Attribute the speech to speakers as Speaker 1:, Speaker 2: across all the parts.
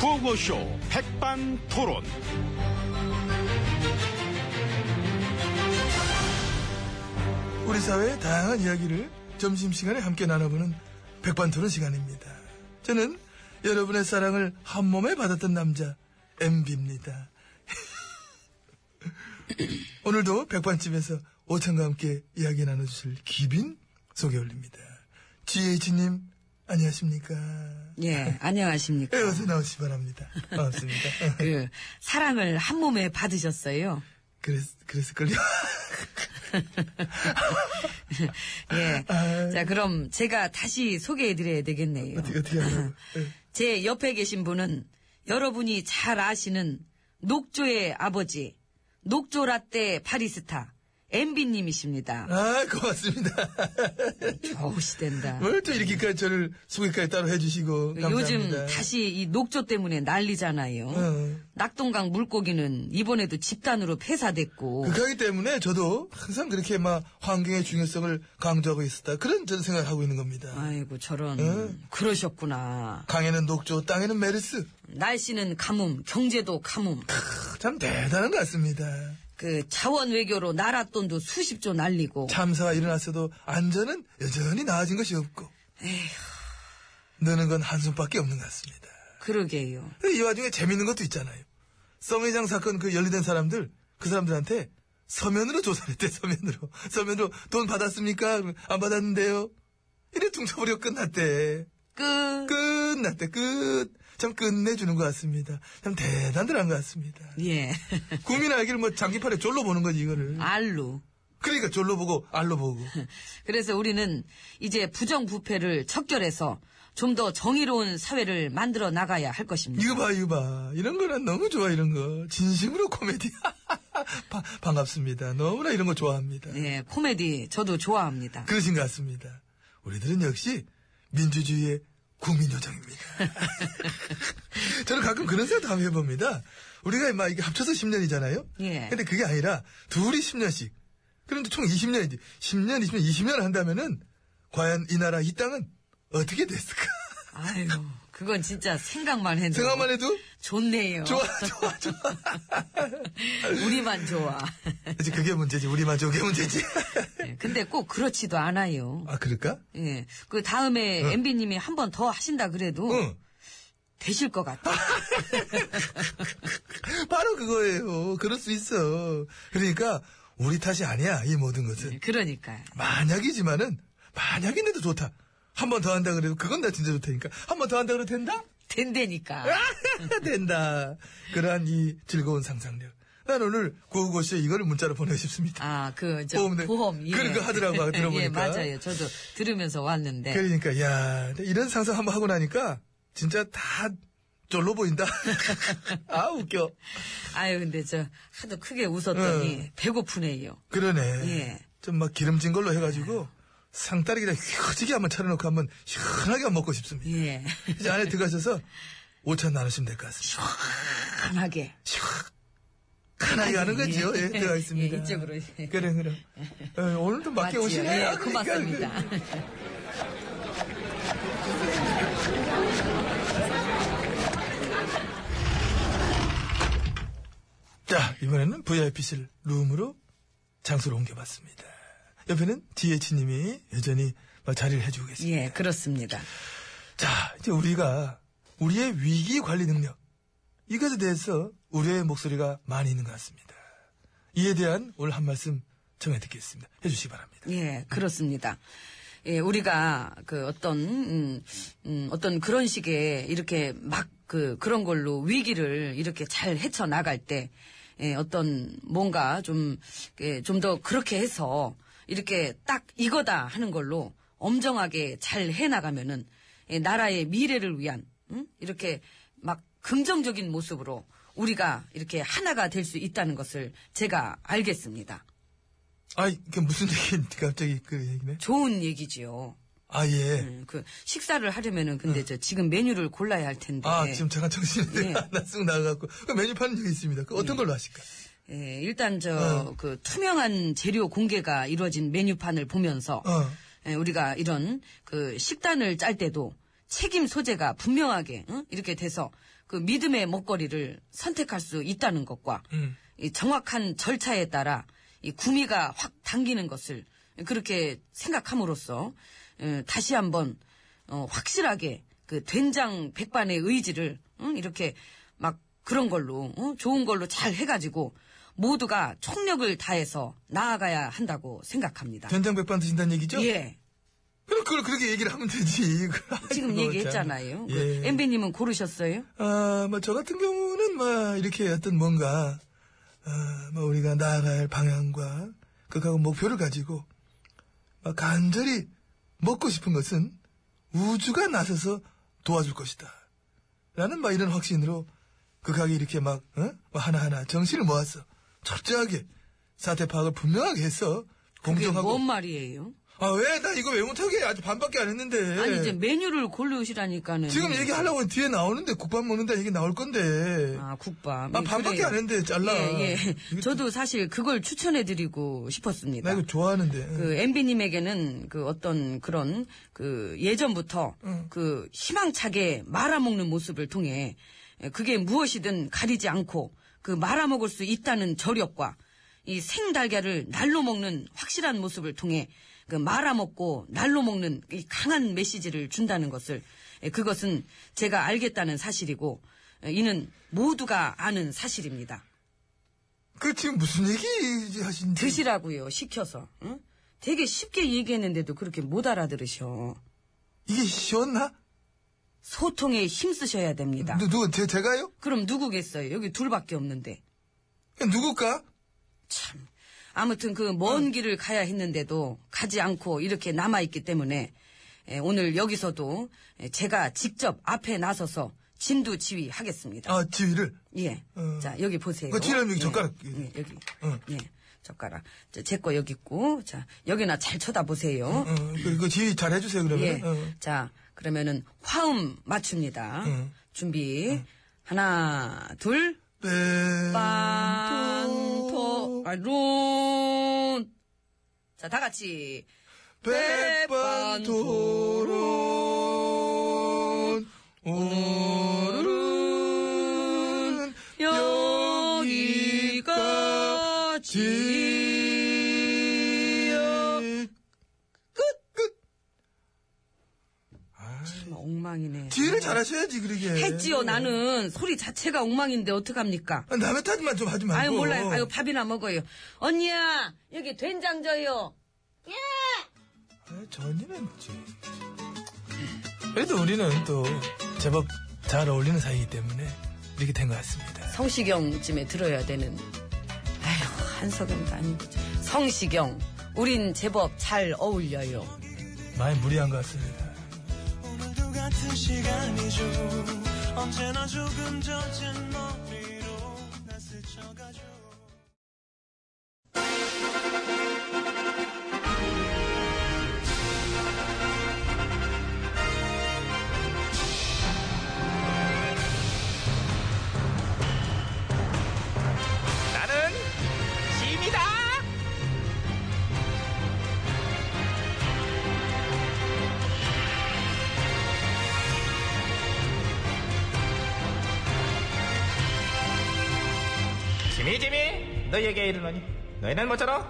Speaker 1: 구호쇼 백반토론.
Speaker 2: 우리 사회의 다양한 이야기를 점심시간에 함께 나눠보는 백반토론 시간입니다. 저는 여러분의 사랑을 한 몸에 받았던 남자 MB입니다. 오늘도 백반집에서 오천과 함께 이야기 나눠주실 기빈 소개 올립니다. GH님 안녕하십니까?
Speaker 3: 예, 안녕하십니까.
Speaker 2: 예, 어서 나오시 기 바랍니다. 반갑습니다. 어,
Speaker 3: 그, 사랑을 한 몸에 받으셨어요.
Speaker 2: 그랬, 그랬을걸요?
Speaker 3: 예.
Speaker 2: 아.
Speaker 3: 자, 그럼 제가 다시 소개해드려야 되겠네요.
Speaker 2: 어떻게, 어떻게 하려고. 예.
Speaker 3: 제 옆에 계신 분은 여러분이 잘 아시는 녹조의 아버지, 녹조라떼 파리스타, MB님이십니다.
Speaker 2: 아, 고맙습니다.
Speaker 3: 어우시댄다.
Speaker 2: 뭘 또 이렇게까지 저를 소개까지 따로 해주시고.
Speaker 3: 요즘
Speaker 2: 감사합니다.
Speaker 3: 다시 이 녹조 때문에 난리잖아요.
Speaker 2: 어.
Speaker 3: 낙동강 물고기는 이번에도 집단으로 폐사됐고.
Speaker 2: 그렇기 때문에 저도 항상 그렇게 막 환경의 중요성을 강조하고 있었다. 그런 저는 생각을 하고 있는 겁니다.
Speaker 3: 아이고 저런
Speaker 2: 응.
Speaker 3: 그러셨구나.
Speaker 2: 강에는 녹조, 땅에는 메르스.
Speaker 3: 날씨는 가뭄, 경제도 가뭄.
Speaker 2: 크, 참 대단한 것 같습니다.
Speaker 3: 그 자원 외교로 나라 돈도 수십조 날리고.
Speaker 2: 참사가 일어났어도 안전은 여전히 나아진 것이 없고. 느는 건 한숨밖에 없는 것 같습니다.
Speaker 3: 그러게요.
Speaker 2: 근데 이 와중에 재밌는 것도 있잖아요. 성회장 사건 그 연루된 사람들, 그 사람들한테 서면으로 조사를 했대, 서면으로. 서면으로 돈 받았습니까? 그러면 안 받았는데요. 이래 퉁쳐버려 끝났대.
Speaker 3: 끝.
Speaker 2: 끝났대, 끝. 참 끝내주는 것 같습니다. 참 대단들한 것 같습니다.
Speaker 3: 예.
Speaker 2: 국민 알기를 뭐 장기판에 졸로 보는 거지, 이거를.
Speaker 3: 알로.
Speaker 2: 그러니까 졸로 보고, 알로 보고.
Speaker 3: 그래서 우리는 이제 부정부패를 척결해서 좀 더 정의로운 사회를 만들어 나가야 할 것입니다.
Speaker 2: 이거 봐, 이거 봐. 이런 거난 너무 좋아, 이런 거. 진심으로 코미디. 바- 반갑습니다. 너무나 이런 거 좋아합니다.
Speaker 3: 예, 코미디 저도 좋아합니다.
Speaker 2: 그러신 것 같습니다. 우리들은 역시 민주주의의 국민 요정입니다. 저는 가끔 그런 생각도 한번 해봅니다. 우리가 막 이게 합쳐서 10년이잖아요?
Speaker 3: 예.
Speaker 2: 근데 그게 아니라 둘이 10년씩. 그런데 총 20년이지. 10년, 20년, 20년 한다면은 과연 이 나라, 이 땅은 어떻게 됐을까?
Speaker 3: 아유, 그건 진짜 생각만 해도
Speaker 2: 생각만 해도
Speaker 3: 좋네요.
Speaker 2: 좋아, 좋아, 좋아.
Speaker 3: 우리만 좋아.
Speaker 2: 이제 그게 문제지. 우리만 저게 문제지.
Speaker 3: 예, 근데 꼭 그렇지도 않아요.
Speaker 2: 아, 그럴까?
Speaker 3: 예. 그 다음에 MB님이 한 번 더 하신다 그래도
Speaker 2: 응.
Speaker 3: 되실 것 같아.
Speaker 2: 바로 그거예요. 그럴 수 있어. 그러니까 우리 탓이 아니야. 이 모든 것은.
Speaker 3: 그러니까요.
Speaker 2: 만약이지만은 만약인데도 좋다. 한 번 더 한다 그래도 그건 나 진짜 좋다니까. 한 번 더 한다 그래도 된다? 아!
Speaker 3: 된다니까.
Speaker 2: 된다. 그러한 이 즐거운 상상력. 난 오늘 구호고쇼 이거를 문자로 보내고 싶습니다.
Speaker 3: 아, 그, 저,
Speaker 2: 보험 내-
Speaker 3: 보험. 예.
Speaker 2: 그런 거 하더라고요, 들어보니까.
Speaker 3: 예, 맞아요. 저도 들으면서 왔는데.
Speaker 2: 그러니까 야 이런 상상 한번 하고 나니까 진짜 다 쫄로 보인다. 아 웃겨.
Speaker 3: 아유, 근데 저, 하도 크게 웃었더니, 배고프네요.
Speaker 2: 그러네.
Speaker 3: 예.
Speaker 2: 좀 막 기름진 걸로 해가지고 상다리 그냥 휘어지게 한번 차려놓고 한번 시원하게 한번 먹고 싶습니다.
Speaker 3: 예.
Speaker 2: 이제 안에 들어가셔서 5천 나누시면 될 것 같습니다.
Speaker 3: 강하게.
Speaker 2: 편하게 하는 거죠.
Speaker 3: 예.
Speaker 2: 예, 들어가겠습니다.
Speaker 3: 예, 이쪽으로. 예.
Speaker 2: 그래, 그럼. 예, 오늘도
Speaker 3: 맞지요?
Speaker 2: 맞게 오시네요. 그러니까.
Speaker 3: 예, 고맙습니다.
Speaker 2: 자, 이번에는 VIP실 룸으로 장소를 옮겨봤습니다. 옆에는 DH님이 여전히 막 자리를 해주고 계십니다.
Speaker 3: 예, 그렇습니다.
Speaker 2: 자, 이제 우리가 우리의 위기 관리 능력. 이것에 대해서 우리의 목소리가 많이 있는 것 같습니다. 이에 대한 오늘 한 말씀 정해 듣겠습니다. 해주시기 바랍니다.
Speaker 3: 예, 그렇습니다. 예, 우리가 그 어떤 음, 음, 어떤 그런 식의 이렇게 막 그 그런 걸로 위기를 이렇게 잘 헤쳐 나갈 때 예, 어떤 뭔가 예, 좀좀 더 그렇게 해서 이렇게 딱 이거다 하는 걸로 엄정하게 잘 해 나가면은 예, 나라의 미래를 위한 음? 이렇게 막 긍정적인 모습으로 우리가 이렇게 하나가 될 수 있다는 것을 제가 알겠습니다.
Speaker 2: 아이, 이게 무슨 얘기인지 갑자기 그 얘기네.
Speaker 3: 좋은 얘기지요.
Speaker 2: 아, 예.
Speaker 3: 음, 그 식사를 하려면은 근데 저 지금 메뉴를 골라야 할 텐데
Speaker 2: 아, 지금 잠깐 정신이
Speaker 3: 예. 네.
Speaker 2: 나쑥 나가갖고. 그 메뉴판 여기 있습니다. 그 어떤 걸로 하실까?
Speaker 3: 예, 일단 저, 그 투명한 재료 공개가 이루어진 메뉴판을 보면서
Speaker 2: 어.
Speaker 3: 예, 우리가 이런 그 식단을 짤 때도 책임 소재가 분명하게 응? 이렇게 돼서 그 믿음의 먹거리를 선택할 수 있다는 것과
Speaker 2: 음.
Speaker 3: 이 정확한 절차에 따라 이 구미가 확 당기는 것을 그렇게 생각함으로써 에, 다시 한번 어, 확실하게 그 된장 백반의 의지를 응? 이렇게 막 그런 걸로 어? 좋은 걸로 잘 해가지고 모두가 총력을 다해서 나아가야 한다고 생각합니다.
Speaker 2: 된장 백반 드신다는 얘기죠?
Speaker 3: 예.
Speaker 2: 그럼 그걸 그렇게 얘기를 하면 되지.
Speaker 3: 지금
Speaker 2: 아이고,
Speaker 3: 얘기했잖아요. 그
Speaker 2: 참. 예.
Speaker 3: 엠비님은 고르셨어요?
Speaker 2: 아, 뭐, 저 같은 경우는, 막, 이렇게 어떤 뭔가, 아, 뭐, 우리가 나아갈 방향과, 그하고 목표를 가지고, 막 간절히 먹고 싶은 것은 우주가 나서서 도와줄 것이다. 라는, 막, 이런 확신으로, 극하게 이렇게 막, 어? 막 하나하나 정신을 모아서, 철저하게, 사태 파악을 분명하게 해서,
Speaker 3: 그게
Speaker 2: 공정하고.
Speaker 3: 뭔 말이에요?
Speaker 2: 아, 왜? 나 이거 왜 못하게? 아직 반밖에 안 했는데.
Speaker 3: 아니 이제 메뉴를 고르시라니까는
Speaker 2: 예. 지금 얘기하려고 하면 뒤에 나오는데 국밥 먹는다 얘기 나올 건데.
Speaker 3: 아 국밥
Speaker 2: 아, 반밖에 안 했는데 잘라.
Speaker 3: 예예
Speaker 2: 이거
Speaker 3: 저도 사실 그걸 추천해드리고 싶었습니다
Speaker 2: 나 이거 좋아하는데.
Speaker 3: 그 MB님에게는 그 어떤 그런 그 예전부터 그 희망차게 말아먹는 모습을 통해 그게 무엇이든 가리지 않고 그 말아먹을 수 있다는 저력과 이 생달걀을 날로 먹는 확실한 모습을 통해 그 말아먹고 날로 먹는 이 강한 메시지를 준다는 것을 예, 그것은 제가 알겠다는 사실이고 예, 이는 모두가 아는 사실입니다.
Speaker 2: 그 지금 무슨 얘기 하신지.
Speaker 3: 그 드시라고요 시켜서 응? 되게 쉽게 얘기했는데도 그렇게 못 알아들으셔
Speaker 2: 이게 쉬웠나?
Speaker 3: 소통에 힘쓰셔야 됩니다
Speaker 2: 누, 누구, 제, 제가요?
Speaker 3: 그럼 누구겠어요 여기 둘밖에 없는데
Speaker 2: 누굴까?
Speaker 3: 참 아무튼 그 먼 길을 가야 했는데도 가지 않고 이렇게 남아있기 때문에 에, 오늘 여기서도 에, 제가 직접 앞에 나서서 진두지휘 하겠습니다
Speaker 2: 아, 지휘를.
Speaker 3: 예.
Speaker 2: 어.
Speaker 3: 자, 여기 보세요.
Speaker 2: 그 지랄미
Speaker 3: 예.
Speaker 2: 젓가락.
Speaker 3: 예, 여기.
Speaker 2: 어.
Speaker 3: 예. 젓가락. 제 거 여기 있고, 자, 여기나 잘 쳐다보세요.
Speaker 2: 어, 그, 이거 지휘 잘 해주세요, 그러면.
Speaker 3: 예.
Speaker 2: 어.
Speaker 3: 자, 그러면은 화음 맞춥니다.
Speaker 2: 응.
Speaker 3: 준비. 하나, 둘.
Speaker 2: 네.
Speaker 3: 빵,
Speaker 2: 음,
Speaker 3: 토, 아, 론. 자, 다 같이.
Speaker 2: 백반토론 오늘은
Speaker 3: 여기까지요.
Speaker 2: 끝!
Speaker 3: 참 엉망이네.
Speaker 2: 지휘를 잘하셔야지 그러게
Speaker 3: 했지요, 나는. 소리 자체가 엉망인데 어떡합니까?
Speaker 2: 아, 남의 탓만 좀 하지 말고
Speaker 3: 아유 몰라요. 아유 밥이나 먹어요. 언니야 여기 된장 줘요.
Speaker 2: 아유, 저 언니는 이제. 그래도 우리는 또 제법 잘 어울리는 사이이기 때문에 이렇게 된 것 같습니다
Speaker 3: 성시경쯤에 들어야 되는. 아유 한석영도 아니고 성시경. 우린 제법 잘 어울려요.
Speaker 2: 많이 무리한 것 같습니다
Speaker 4: 오늘도 같은 시간이죠 언제나 조금 젖은 머리로 날 스쳐가죠
Speaker 1: 나는 짐이다.
Speaker 5: 지미 지미 너희에게 이르노니 너희는 모쪼록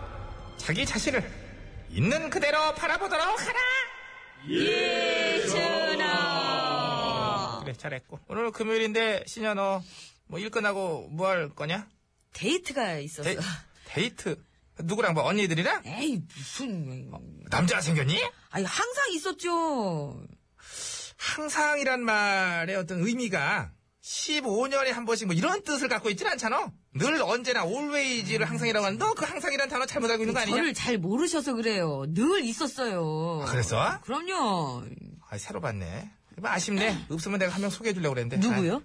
Speaker 5: 자기 자신을 있는 그대로 바라보도록 하라 예준아 그래 잘했고 오늘 금요일인데 신야 너뭐 일 끝나고 뭐 할 거냐?
Speaker 3: 데이트가 있었어.
Speaker 5: 데이, 데이트 누구랑 뭐 언니들이랑?
Speaker 3: 에이 무슨
Speaker 5: 남자 생겼니?
Speaker 3: 아니 항상 있었죠.
Speaker 5: 항상이란 말의 어떤 의미가 15년에 한 번씩 뭐 이런 뜻을 갖고 있진 않잖아 늘 언제나 always를 항상이라고 하는데 너그 항상이란 단어 잘못 알고 있는 거 아니냐?
Speaker 3: 저를 잘 모르셔서 그래요. 늘 있었어요.
Speaker 5: 아, 그랬어?
Speaker 3: 그럼요.
Speaker 5: 아, 새로 봤네. 뭐 아쉽네. 없으면 내가 한 명 소개해 주려고 그랬는데.
Speaker 3: 누구요?
Speaker 5: 아,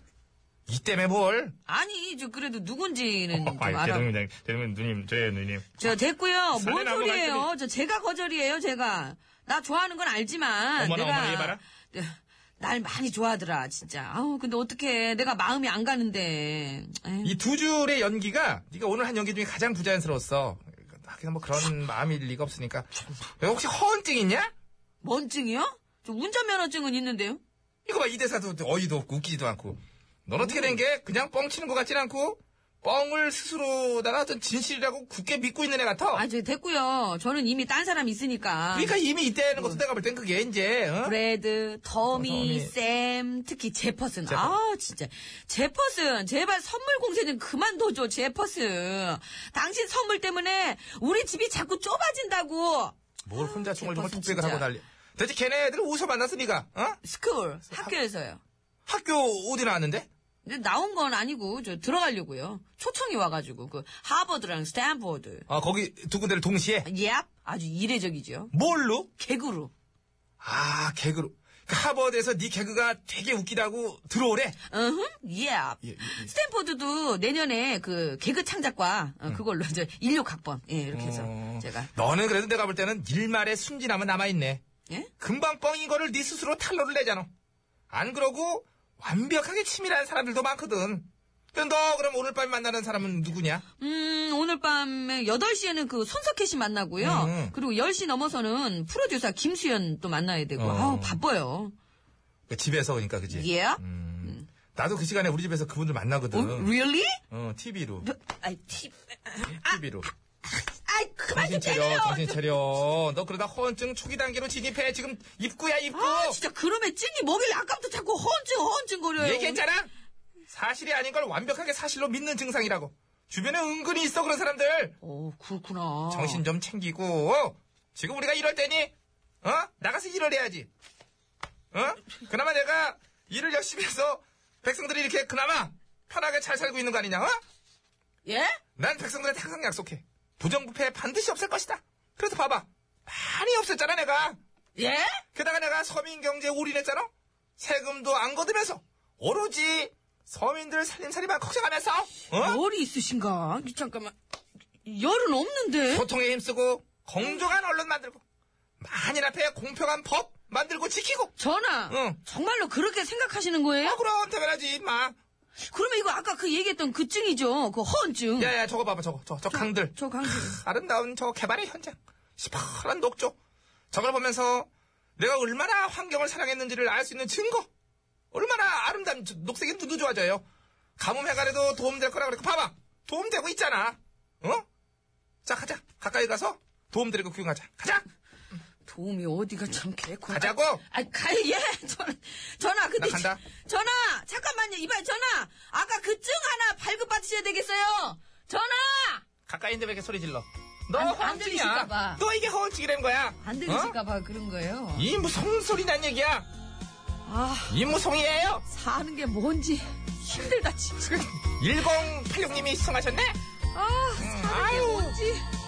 Speaker 5: 이 때문에 뭘?
Speaker 3: 아니 저 그래도 누군지는 네, 좀
Speaker 5: 어, 아이,
Speaker 3: 알아. 음.
Speaker 5: 대동님, 대동님, 누님, 저예요, 누님.
Speaker 3: 저 됐고요. 뭔
Speaker 5: 설레나 뭐
Speaker 3: 소리예요? 저 제가 거절이에요. 제가 나 좋아하는 건 알지만
Speaker 5: 어머나,
Speaker 3: 내가
Speaker 5: 어머나, 얘 봐라.
Speaker 3: 네, 날 많이 좋아하더라, 진짜. 아우, 근데 어떡해. 내가 마음이 안 가는데. 에휴.
Speaker 5: 이 두 줄의 연기가 네가 오늘 한 연기 중에 가장 부자연스러웠어. 하긴 뭐 그런 마음일 리가 없으니까. 야, 혹시 허언증 있냐?
Speaker 3: 뭔 증이요? 저 운전면허증은 있는데요?
Speaker 5: 이거 봐, 이 대사도 어이도 없고 웃기지도 않고. 넌 어떻게 된 게 그냥 뻥치는 것 같진 않고 뻥을 스스로다가 어떤 진실이라고 굳게 믿고 있는 애 같아.
Speaker 3: 아, 저 됐고요. 저는 이미 딴 사람 있으니까.
Speaker 5: 그러니까 이미 이때 하는 것도 내가 볼 땐 그게 이제 어?
Speaker 3: 브래드,
Speaker 5: 어,
Speaker 3: 더미,
Speaker 5: 더미.
Speaker 3: 샘, 특히 제퍼슨.
Speaker 5: 제퍼.
Speaker 3: 아, 진짜. 제퍼슨, 제발 선물 공세 좀 그만둬줘, 제퍼슨. 당신 선물 때문에 우리 집이 자꾸 좁아진다고.
Speaker 5: 뭘 혼자 총을 정말
Speaker 3: 제퍼슨
Speaker 5: 독백을
Speaker 3: 진짜.
Speaker 5: 하고 난리. 대체 걔네들 어디서 만났어 니가? 어?
Speaker 3: 스쿨, 학교에서요.
Speaker 5: 학교 어디 나왔는데?
Speaker 3: 근데 나온 건 아니고, 저 들어가려고요. 초청이 와가지고, 그, 하버드랑 스탠포드.
Speaker 5: 아 거기 두 군데를 동시에
Speaker 3: 예, 아주 이례적이죠.
Speaker 5: 뭘로?
Speaker 3: 개그로.
Speaker 5: 아 개그로. 그 하버드에서 네 개그가 되게 웃기다고 들어오래.
Speaker 3: 으흠, 예. 스탠포드도 내년에 그 개그 창작과 어, 그걸로 이제 인류 각본 예, 이렇게 해서
Speaker 5: 음. 어.
Speaker 3: 제가
Speaker 5: 너는 그래도 내가 볼 때는 일말의 순진함은 남아있네.
Speaker 3: 예?
Speaker 5: 금방 뻥인 거를 네 스스로 탄로를 내잖아. 안 그러고 완벽하게 치밀한 사람들도 많거든. 근데 너 그럼 오늘 밤에 만나는 사람은 누구냐?
Speaker 3: 음, 오늘 밤에 8시에는 그 손석희 씨 만나고요.
Speaker 5: 음.
Speaker 3: 그리고 10시 넘어서는 프로듀서 김수현 또 만나야 되고.
Speaker 5: 어.
Speaker 3: 아우, 바빠요.
Speaker 5: 그 집에서 그러니까 그지?
Speaker 3: 예?
Speaker 5: 음, 나도 그 시간에 우리 집에서 그분들 만나거든.
Speaker 3: 어, really?
Speaker 5: 어, TV로.
Speaker 3: 너- 아이, 티,
Speaker 5: TV로.
Speaker 3: 아이, 그만 좀
Speaker 5: 정신 차려,
Speaker 3: 때려!
Speaker 5: 정신 차려. 너 그러다 허언증 초기 단계로 진입해. 지금 입구야, 입구.
Speaker 3: 아, 진짜 그놈의 찡이 뭐길래 아까부터 자꾸 허언증, 허언증 거려요.
Speaker 5: 얘기했잖아. 사실이 아닌 걸 완벽하게 사실로 믿는 증상이라고. 주변에 은근히 있어 그런 사람들.
Speaker 3: 오, 그렇구나.
Speaker 5: 정신 좀 챙기고. 지금 우리가 이럴 때니, 어? 나가서 일을 해야지. 어? 그나마 내가 일을 열심히 해서 백성들이 이렇게 그나마 편하게 잘 살고 있는 거 아니냐, 어?
Speaker 3: 예?
Speaker 5: 난 백성들한테 항상 약속해. 부정부패 반드시 없을 것이다. 그래서 봐봐. 많이 없앴잖아, 내가.
Speaker 3: 예?
Speaker 5: 게다가 내가 서민 경제에 올인했잖아. 세금도 안 거두면서 오로지 서민들 살림살이만 걱정하면서 어?
Speaker 3: 열이 있으신가? 잠깐만. 열은 없는데?
Speaker 5: 소통에 힘쓰고 공정한 언론 만들고 만인 앞에 공평한 법 만들고 지키고
Speaker 3: 전화!
Speaker 5: 응.
Speaker 3: 정말로 그렇게 생각하시는 거예요?
Speaker 5: 어. 아 그럼 당연하지 임마
Speaker 3: 그러면 이거 아까 그 얘기했던 그 증이죠. 그 허언증.
Speaker 5: 야야 저거 봐봐 저거 저저 강들
Speaker 3: 저 강진.
Speaker 5: 아름다운 저 개발의 현장 시퍼런 녹조 저걸 보면서 내가 얼마나 환경을 사랑했는지를 알 수 있는 증거 얼마나 아름다운 저- 녹색이 눈도 좋아져요 가뭄 해갈에도 도움될 거라 그랬고 봐봐 도움되고 있잖아 어? 자 가자 가까이 가서 도움드리고 구경하자 가자
Speaker 3: 도움이 어디가 참 개코.
Speaker 5: 가자고
Speaker 3: 아, 가, 예, 전화, 전화, 근데.
Speaker 5: 나 간다.
Speaker 3: 지- 전화! 잠깐만요, 이봐요, 전화! 아까 그 증 하나 발급받으셔야 되겠어요! 전화!
Speaker 5: 가까이 있는데 왜 이렇게 소리 질러 너
Speaker 3: 안- 안 들리실까봐.
Speaker 5: 허언증이야 너 이게 허언증이란 거야
Speaker 3: 안
Speaker 5: 어?
Speaker 3: 들으실까봐 그런 거예요.
Speaker 5: 이 무슨 소리란 얘기야
Speaker 3: 아,
Speaker 5: 이 무송이에요
Speaker 3: 사는 게 뭔지 힘들다, 진짜.
Speaker 5: 1086님이 시청하셨네
Speaker 3: 아, 사는 게
Speaker 5: 아유.
Speaker 3: 뭔지.